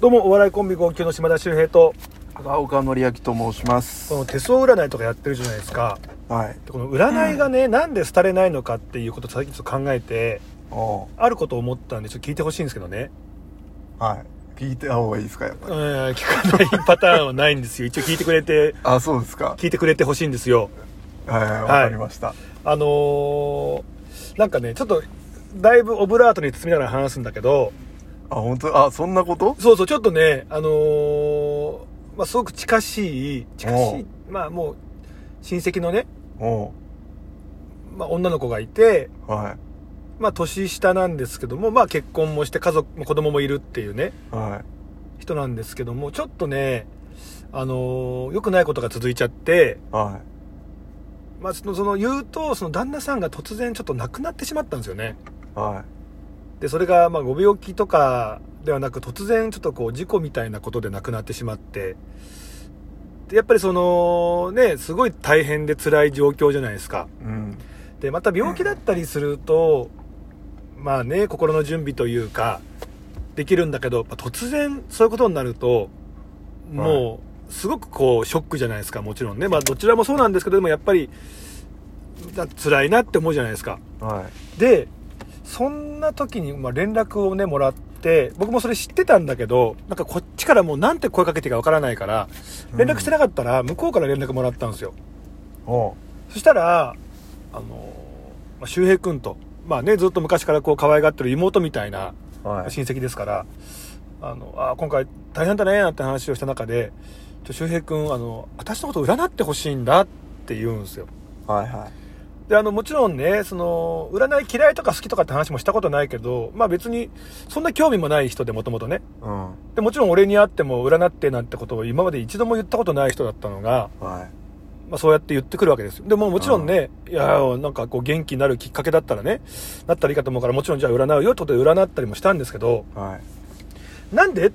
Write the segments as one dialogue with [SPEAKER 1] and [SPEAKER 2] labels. [SPEAKER 1] どうもお笑いコンビ号泣の島田秀平と
[SPEAKER 2] 高岡典明と申します
[SPEAKER 1] この手相占いとかやってるじゃないですか
[SPEAKER 2] はい
[SPEAKER 1] でこの占いがね、なんで廃れないのかっていうことを最近ちょっと考えて
[SPEAKER 2] お
[SPEAKER 1] あることを思ったんでちょっと聞いてほしいんですけどね、
[SPEAKER 2] はい聞いた方がいいですかやっぱ
[SPEAKER 1] え
[SPEAKER 2] り
[SPEAKER 1] ー、聞かないパターンはないんですよ一応聞いてくれて
[SPEAKER 2] あそうですか
[SPEAKER 1] 聞いてくれてほしいんですよ
[SPEAKER 2] はいはいわかりました、
[SPEAKER 1] あのー、なんかねちょっとだいぶオブラートに包みながら話すんだけど
[SPEAKER 2] あ本当あそんなこと
[SPEAKER 1] そうそうちょっとねあのーまあすごく近しい近し
[SPEAKER 2] お
[SPEAKER 1] いうまあもう親戚のね、
[SPEAKER 2] お
[SPEAKER 1] まあ、女の子がいて
[SPEAKER 2] うは
[SPEAKER 1] まあ年下なんですけども、まあ結婚もして家族、子供もいるっていうね、
[SPEAKER 2] いは
[SPEAKER 1] 人なんですけども、ちょっとね、あのー良くないことが続いちゃって、
[SPEAKER 2] いは
[SPEAKER 1] まあその、その言うと、その旦那さんが突然ちょっと亡くなってしまったんですよね。
[SPEAKER 2] いは
[SPEAKER 1] で、それがまあご病気とかではなく、突然ちょっとこう事故みたいなことで亡くなってしまって、でやっぱりその、ね、すごい大変で辛い状況じゃないですか。
[SPEAKER 2] いうん
[SPEAKER 1] で、また病気だったりすると、まあね、心の準備というか、できるんだけど、まあ突然そういうことになると、もう、すごくこう、ショックじゃないですか、もちろんね。まあ、どちらもそうなんですけど、でもやっぱり、だ辛いなって思うじゃないですか。
[SPEAKER 2] は
[SPEAKER 1] で、そんな時に、まあ、連絡をね、もらって、僕もそれ知ってたんだけど、なんかこっちからもうなんて声かけていいかわからないから、連絡してなかったら、向こうから連絡もらったんですよ。
[SPEAKER 2] いおう
[SPEAKER 1] そしたら、あの、まあ、周平君と、まあね、ずっと昔からこう可愛がってる妹みたいな
[SPEAKER 2] はい
[SPEAKER 1] 親戚ですから、あの、あ今回大変だね、なんて話をした中で、ちょ周平君、あの、私のこと占ってほしいんだって言うんですよ。
[SPEAKER 2] はいはい
[SPEAKER 1] で、あの、もちろんね、その、占い嫌いとか好きとかって話もしたことないけど、まあ別に、そんな興味もない人でもともとね。
[SPEAKER 2] うん
[SPEAKER 1] で、もちろん俺に会っても占ってなんてことを今まで一度も言ったことない人だったのが、
[SPEAKER 2] はい
[SPEAKER 1] まあ、そうやって言ってくるわけですよ。でも、もちろんね、いや、なんかこう元気になるきっかけだったらね、なったらいいかと思うから、もちろんじゃあ占うよってことで占ったりもしたんですけど、
[SPEAKER 2] はい
[SPEAKER 1] なんで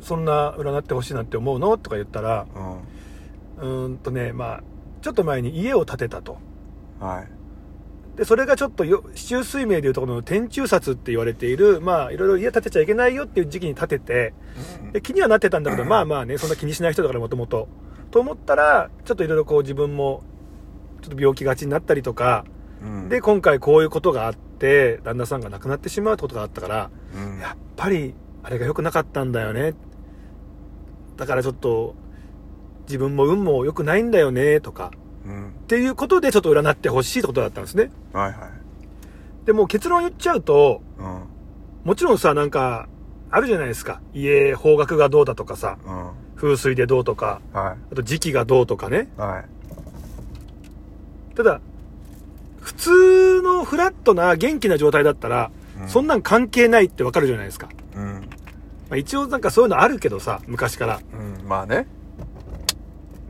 [SPEAKER 1] そんな占ってほしいなんて思うのとか言ったら、
[SPEAKER 2] うん
[SPEAKER 1] うーんとね、まあ、ちょっと前に家を建てたと。
[SPEAKER 2] はい
[SPEAKER 1] で、それがちょっとよ、市中水明でいうところの天中札って言われている、まあ、いろいろ家建てちゃいけないよっていう時期に建てて、で気にはなってたんだけど、まあまあね、そんな気にしない人だからもともと。と思ったら、ちょっといろいろこう自分も、ちょっと病気がちになったりとか、
[SPEAKER 2] うん
[SPEAKER 1] で、今回こういうことがあって、旦那さんが亡くなってしまうってことがあったから、
[SPEAKER 2] うん
[SPEAKER 1] やっぱり、あれが良くなかったんだよね。だからちょっと、自分も運も良くないんだよね、とか。
[SPEAKER 2] うん
[SPEAKER 1] っていうことで、ちょっと占ってほしいってことだったんですね。
[SPEAKER 2] はいはい
[SPEAKER 1] で、もう結論言っちゃうと、
[SPEAKER 2] うん
[SPEAKER 1] もちろんさ、なんか、あるじゃないですか。家、方角がどうだとかさ、
[SPEAKER 2] うん
[SPEAKER 1] 風水でどうとか、
[SPEAKER 2] は
[SPEAKER 1] あと時期がどうとかね。
[SPEAKER 2] いはい
[SPEAKER 1] ただ、普通のフラットな元気な状態だったら、
[SPEAKER 2] うん
[SPEAKER 1] そんなん関係ないってわかるじゃないですか。
[SPEAKER 2] うん
[SPEAKER 1] まあ、一応なんかそういうのあるけどさ、昔から。
[SPEAKER 2] うんまあね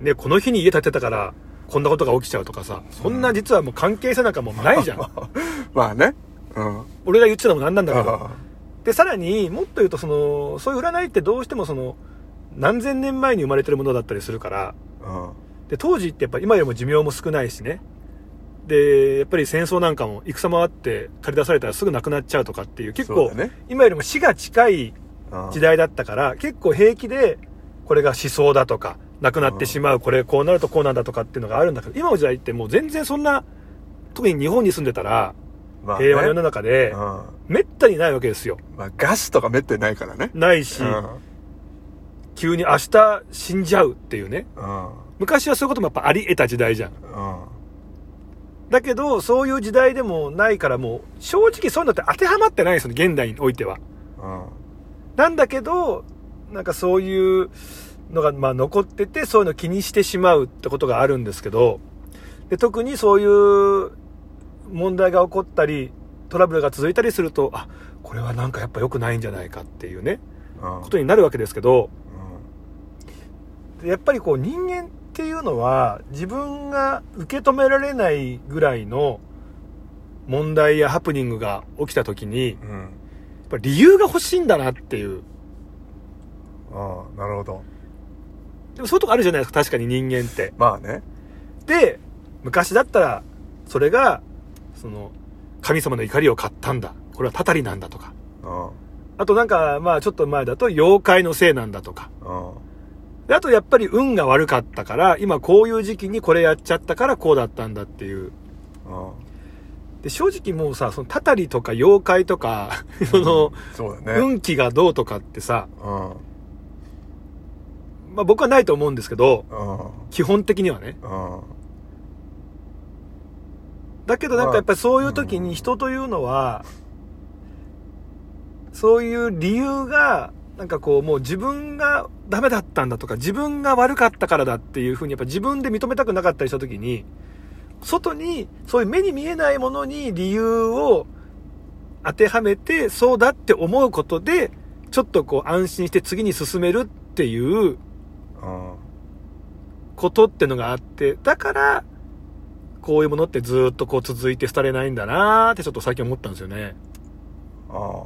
[SPEAKER 1] ね、この日に家建てたから、こんなことが起きちゃうとかさ、そんな実はもう関係性なんかもうないじゃ ん。
[SPEAKER 2] まあねうん
[SPEAKER 1] 俺が言ってたのもなんなんだけど。
[SPEAKER 2] あ
[SPEAKER 1] で、さらにもっと言うと、その、そういう占いってどうしてもその、何千年前に生まれてるものだったりするから、
[SPEAKER 2] あ
[SPEAKER 1] で、当時ってやっぱ今よりも寿命も少ないしね。で、やっぱり戦争なんかも戦もあって借り出されたらすぐ亡くなっちゃうとかっていう、結構
[SPEAKER 2] そうだね
[SPEAKER 1] 今よりも死が近い
[SPEAKER 2] うん
[SPEAKER 1] 時代だったから、結構平気で、これが思想だとか、なくなってしまう、これこうなるとこうなんだとかっていうのがあるんだけど、今の時代ってもう全然そんな、特に日本に住んでたら、
[SPEAKER 2] まあね
[SPEAKER 1] 平和の世の中で、
[SPEAKER 2] う
[SPEAKER 1] めったにないわけですよ。
[SPEAKER 2] んまあ餓死とかめってないからね
[SPEAKER 1] ないし、
[SPEAKER 2] うん
[SPEAKER 1] 急に明日死んじゃうっていうね。
[SPEAKER 2] うん
[SPEAKER 1] 昔はそういうこともやっぱあり得た時代じゃん。
[SPEAKER 2] うん
[SPEAKER 1] だけど、そういう時代でもないからもう、正直そういうのって当てはまってないんですよね、現代においては。
[SPEAKER 2] うん
[SPEAKER 1] なんだけど、なんかそういうのが、まあ残ってて、そういうの気にしてしまうってことがあるんですけど、で、特にそういう問題が起こったり、トラブルが続いたりすると、あ、これはなんかやっぱ良くないんじゃないかっていうね、
[SPEAKER 2] うん
[SPEAKER 1] ことになるわけですけど、
[SPEAKER 2] う
[SPEAKER 1] でやっぱりこう人間っていうのは自分が受け止められないぐらいの問題やハプニングが起きた時に、や
[SPEAKER 2] んうん
[SPEAKER 1] っぱり理由が欲しいんだなっていう。
[SPEAKER 2] ああなるほど
[SPEAKER 1] でもそういうとこあるじゃないですか、確かに人間って。
[SPEAKER 2] まあね
[SPEAKER 1] で、昔だったら、それが、その、神様の怒りを買ったんだ。これはたたりなんだとか。
[SPEAKER 2] うん
[SPEAKER 1] あとなんか、まあちょっと前だと妖怪のせいなんだとか。
[SPEAKER 2] うん
[SPEAKER 1] であとやっぱり運が悪かったから、今こういう時期にこれやっちゃったからこうだったんだっていう。
[SPEAKER 2] うん
[SPEAKER 1] で、正直もうさ、そのたたりとか妖怪とか、その、
[SPEAKER 2] そうだね
[SPEAKER 1] 運気がどうとかってさ、
[SPEAKER 2] うん
[SPEAKER 1] まあ僕はないと思うんですけど、
[SPEAKER 2] うん
[SPEAKER 1] 基本的にはね。
[SPEAKER 2] うん
[SPEAKER 1] だけどなんかやっぱりそういう時に人というのは、そういう理由が、なんかこうもう自分がダメだったんだとか、自分が悪かったからだっていうふうにやっぱ自分で認めたくなかったりした時に、外にそういう目に見えないものに理由を当てはめて、そうだって思うことで、ちょっとこう安心して次に進めるっていう
[SPEAKER 2] うん
[SPEAKER 1] ことってのがあって、だから、こういうものってずっとこう続いて廃れないんだなーってちょっと最近思ったんですよね。
[SPEAKER 2] ああ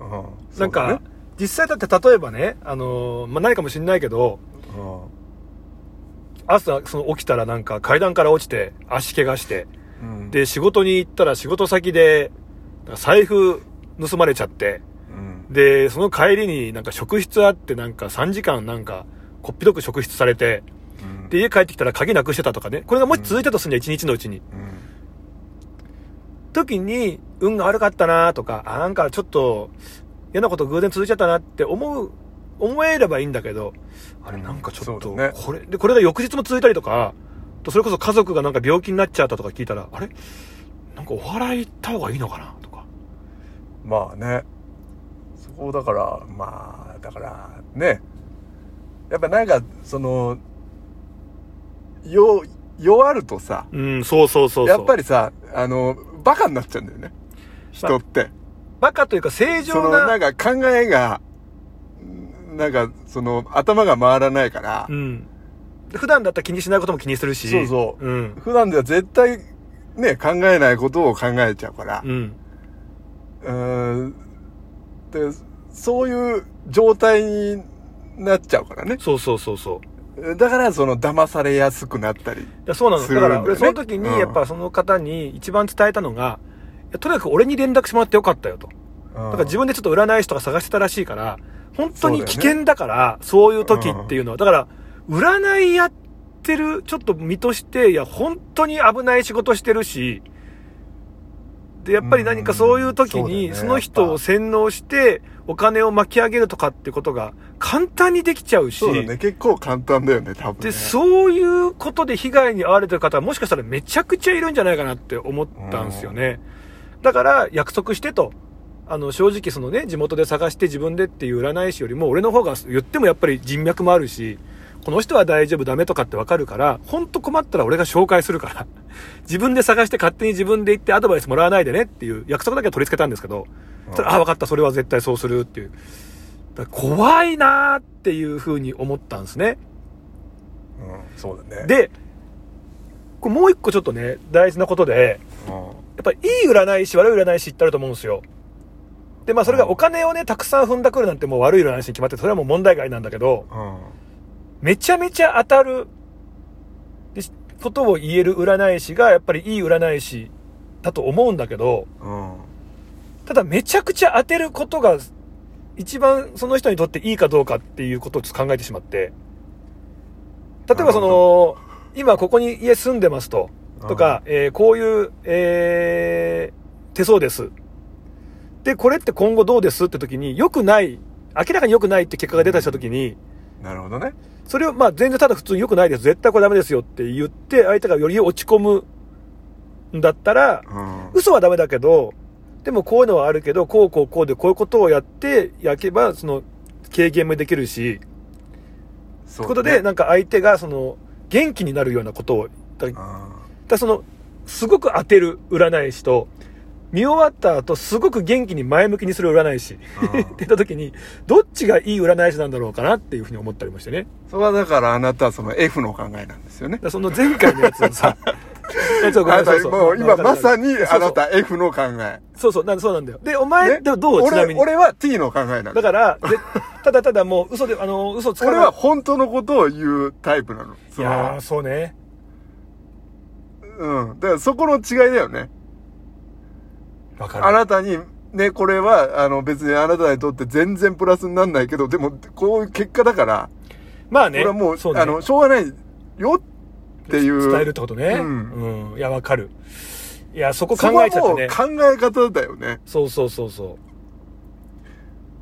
[SPEAKER 2] うん
[SPEAKER 1] なんか、
[SPEAKER 2] そうだね
[SPEAKER 1] 実際だって例えばね、あのーまあ、ないかもしんないけど、朝その起きたらなんか階段から落ちて足怪我して、
[SPEAKER 2] うんうん
[SPEAKER 1] で仕事に行ったら仕事先でなんか財布盗まれちゃって、
[SPEAKER 2] うん
[SPEAKER 1] で、その帰りになんか職質あってなんか3時間なんかこっぴどく職質されて、
[SPEAKER 2] うん
[SPEAKER 1] で家帰ってきたら鍵なくしてたとかね、これがもし続いたとするには1日のうちに。
[SPEAKER 2] うん
[SPEAKER 1] 時に運が悪かったなとか、あ、なんかちょっと嫌なこと偶然続いちゃったなって思う、思えればいいんだけど、あれなんかちょっと、
[SPEAKER 2] そうだね
[SPEAKER 1] これ、で、これが翌日も続いたりとか、とそれこそ家族がなんか病気になっちゃったとか聞いたら、あれなんかお笑い行った方がいいのかなとか。
[SPEAKER 2] まあねそこだからまあだからねやっぱなんかそのよ弱るとさ
[SPEAKER 1] うん、そうそうそうそう。
[SPEAKER 2] やっぱ
[SPEAKER 1] り。
[SPEAKER 2] りさあのバカになっちゃうんだよね人って、
[SPEAKER 1] バカというか正
[SPEAKER 2] そ
[SPEAKER 1] 常
[SPEAKER 2] の
[SPEAKER 1] な、
[SPEAKER 2] なんか考えがなんかその頭が回らないから、
[SPEAKER 1] うん。普段だったら気にしないことも気にするし。。
[SPEAKER 2] そうそう
[SPEAKER 1] うん。
[SPEAKER 2] 普段では絶対ね考えないことを考えちゃうから
[SPEAKER 1] う、ん。
[SPEAKER 2] うーんでそういう状態になっちゃうからね
[SPEAKER 1] そうそうそうそう。
[SPEAKER 2] だからその騙されやすくなったり
[SPEAKER 1] いやそうなの。
[SPEAKER 2] する
[SPEAKER 1] だ
[SPEAKER 2] んだ
[SPEAKER 1] か
[SPEAKER 2] よね
[SPEAKER 1] ら、俺その時に、
[SPEAKER 2] うん
[SPEAKER 1] やっぱその方に一番伝えたのが、いやとにかく俺に連絡してもらってよかったよと。
[SPEAKER 2] だ
[SPEAKER 1] だ
[SPEAKER 2] か
[SPEAKER 1] から自分でちょっと占い師とか探してたらしいから、本当に危
[SPEAKER 2] そうだよ
[SPEAKER 1] 険だから、そう,、いう時っていうのは。だから、占いやってる、ちょっと身として、いや、本当に危ない仕事してるし、で、やっぱり何かそういう時
[SPEAKER 2] う
[SPEAKER 1] に、
[SPEAKER 2] ん
[SPEAKER 1] その人を洗脳して、お金を巻き上げるとかってことが簡単にできちゃうし、
[SPEAKER 2] そうだね結構簡単だよね多分ね
[SPEAKER 1] で、そういうことで被害に遭われてる方はもしかしたらめちゃくちゃいるんじゃないかなって思ったんですよね。だから約束してと。あの、正直そのね、地元で探して自分でっていう占い師よりも、俺の方が言ってもやっぱり人脈もあるし、この人は大丈夫ダメとかってわかるから、ほんと困ったら俺が紹介するから、 自分で探して勝手に自分で行ってアドバイスもらわないでねっていう約束だけは取り付けたんですけど、
[SPEAKER 2] う
[SPEAKER 1] そ
[SPEAKER 2] ん
[SPEAKER 1] したらあ、わかった、それは絶対そうするっていう。だから怖いなーっていうふうに思ったんですね。
[SPEAKER 2] うんそうだね
[SPEAKER 1] で、これもう一個ちょっとね、大事なことで、
[SPEAKER 2] うん
[SPEAKER 1] やっぱりいい占い師、悪い占い師ってあると思うんですよ。で、まあそれがお金をね、たくさん踏んだくるなんてもう悪い占い師に決まってて、それはもう問題外なんだけど、
[SPEAKER 2] うん
[SPEAKER 1] めちゃめちゃ当たる、でしことを言える占い師が、やっぱりいい占い師だと思うんだけど、
[SPEAKER 2] うん
[SPEAKER 1] ただめちゃくちゃ当てることが、一番その人にとっていいかどうかっていうことを考えてしまって、例えばそ
[SPEAKER 2] なる
[SPEAKER 1] の、今ここに家住んでますと、とか、えーこういう、えー手相です。で、これって今後どうですって時に、良くない、明らかに良くないって結果が出たりした時に、
[SPEAKER 2] うんなるほどね
[SPEAKER 1] それを、まあ全然ただ普通に良くないです。絶対これダメですよって言って、相手がより落ち込むんだったら、
[SPEAKER 2] うん
[SPEAKER 1] 嘘はダメだけど、でもこういうのはあるけど、こうこうこうでこういうことをやってやけば、その、軽減もできるし、と
[SPEAKER 2] そ
[SPEAKER 1] いううこと
[SPEAKER 2] だね
[SPEAKER 1] で、なんか相手が、その、元気になるようなことを、だだからその、すごく当てる占い師と、見終わった後、すごく元気に前向きにする占い師。って
[SPEAKER 2] うんうん
[SPEAKER 1] 言った時に、どっちがいい占い師なんだろうかなっていうふうに思ったりもしてね。
[SPEAKER 2] それはだからあなたはその F の考えなんですよね
[SPEAKER 1] だからその前回のやつを さ、いやちょっとごめ
[SPEAKER 2] あ
[SPEAKER 1] ん そ
[SPEAKER 2] なた
[SPEAKER 1] うそう
[SPEAKER 2] もう今まさに
[SPEAKER 1] そうそう
[SPEAKER 2] あなた F の考え
[SPEAKER 1] そうそう、なんそうなんだよ。で、お前、
[SPEAKER 2] ね
[SPEAKER 1] でもどうちなみ
[SPEAKER 2] 俺
[SPEAKER 1] に。
[SPEAKER 2] 俺は T の考えなん
[SPEAKER 1] だ
[SPEAKER 2] だ
[SPEAKER 1] から、でただただもう嘘で、あの、嘘つかない。
[SPEAKER 2] 俺は本当のことを言うタイプなの
[SPEAKER 1] い
[SPEAKER 2] その
[SPEAKER 1] やーそうね。
[SPEAKER 2] うん。だからそこの違いだよね。
[SPEAKER 1] わか
[SPEAKER 2] あ
[SPEAKER 1] る。
[SPEAKER 2] なたにね、これは、あの、別にあなたにとって全然プラスになんないけど、でも、こういう結果だから、
[SPEAKER 1] まあ
[SPEAKER 2] こ
[SPEAKER 1] ね
[SPEAKER 2] れはもう、
[SPEAKER 1] そね
[SPEAKER 2] あの、しょうがないよっていう。
[SPEAKER 1] 伝えるってことね
[SPEAKER 2] うん
[SPEAKER 1] うん、いやわかるいやそこ
[SPEAKER 2] そ
[SPEAKER 1] 考
[SPEAKER 2] こは
[SPEAKER 1] えちゃってね
[SPEAKER 2] もう考え方だよね。
[SPEAKER 1] そうそうそうそ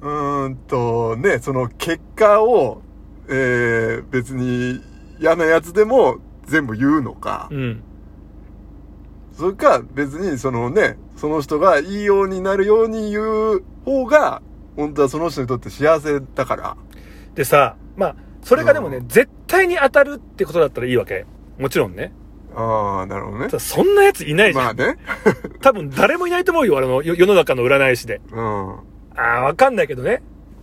[SPEAKER 1] う
[SPEAKER 2] ーんと、ね、その結果を、えー、別に嫌なやつでも全部言うのか、
[SPEAKER 1] ううん
[SPEAKER 2] それか別にそのね、その人がいいようになるように言う方が、本当はその人にとって幸せだから。
[SPEAKER 1] でさまあそれがでもね、
[SPEAKER 2] うん
[SPEAKER 1] 絶対に当たるってことだったらいいわけもちろんね
[SPEAKER 2] ああ、なるほどね
[SPEAKER 1] た。だそんなやついないじゃん、
[SPEAKER 2] まあね。
[SPEAKER 1] 多分誰もいないと思うよあのよ世の中の占い師で
[SPEAKER 2] うん。
[SPEAKER 1] ああわかんないけどね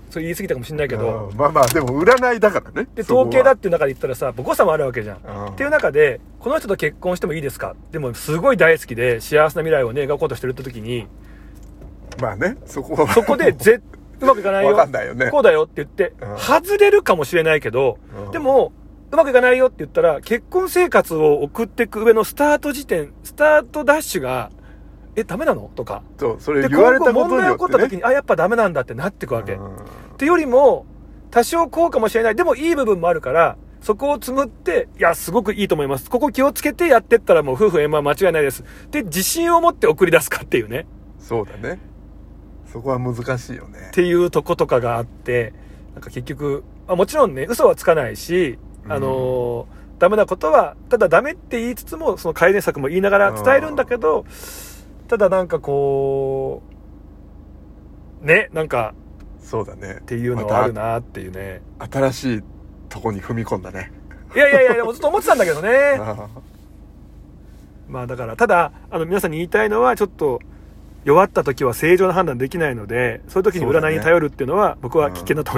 [SPEAKER 1] それ言い過ぎたかもしんないけど
[SPEAKER 2] うんまあまあ、でも占いだからね。
[SPEAKER 1] で
[SPEAKER 2] そこは
[SPEAKER 1] 統計だっていう中で言ったらさ誤差もあるわけじゃん
[SPEAKER 2] うん
[SPEAKER 1] っていう中でこの人と結婚してもいいですかでもすごい大好きで幸せな未来をね描こうとしてるって時 に
[SPEAKER 2] まあね、そこは。
[SPEAKER 1] そこでぜうまくいかないよ
[SPEAKER 2] わかんないよね
[SPEAKER 1] こうだよって言って、
[SPEAKER 2] うん
[SPEAKER 1] 外れるかもしれないけど、
[SPEAKER 2] うん
[SPEAKER 1] でもうまくいかないよって言ったら結婚生活を送っていく上のスタート時点スタートダッシュがえダメなのとか
[SPEAKER 2] そう、それ
[SPEAKER 1] で
[SPEAKER 2] 言われ
[SPEAKER 1] 今後
[SPEAKER 2] たこと
[SPEAKER 1] 問
[SPEAKER 2] に
[SPEAKER 1] 題
[SPEAKER 2] よ
[SPEAKER 1] 起こった
[SPEAKER 2] って
[SPEAKER 1] 時
[SPEAKER 2] ね。
[SPEAKER 1] にあやっぱダメなんだってなっていくわけ、
[SPEAKER 2] う
[SPEAKER 1] っ
[SPEAKER 2] ん
[SPEAKER 1] てよりも多少こうかもしれないでもいい部分もあるからそこを紡っていやすごくいいと思いますここ気をつけてやってったらもう夫婦円満間違いないですで自信を持って送り出すかっていうね
[SPEAKER 2] そうだね。そこは難しいよね
[SPEAKER 1] っ。ていうとことかがあってなんか結局、まあ、もちろんね嘘はつかないし、
[SPEAKER 2] うん
[SPEAKER 1] あのーダメなことはただダメって言いつつもその改善策も言いながら伝えるんだけどただなんかこうねなんか
[SPEAKER 2] そうだね。っ
[SPEAKER 1] っていうのはあるなっていうね、
[SPEAKER 2] 新しいとこに踏み込んだね。
[SPEAKER 1] いやいやいやでもずっと思ってたんだけど ね
[SPEAKER 2] あ
[SPEAKER 1] まあだからただあの皆さんに言いたいのはちょっと弱った時は正常な判断できないのでそういう時に占いに頼るっていうのは僕は危険だと思います、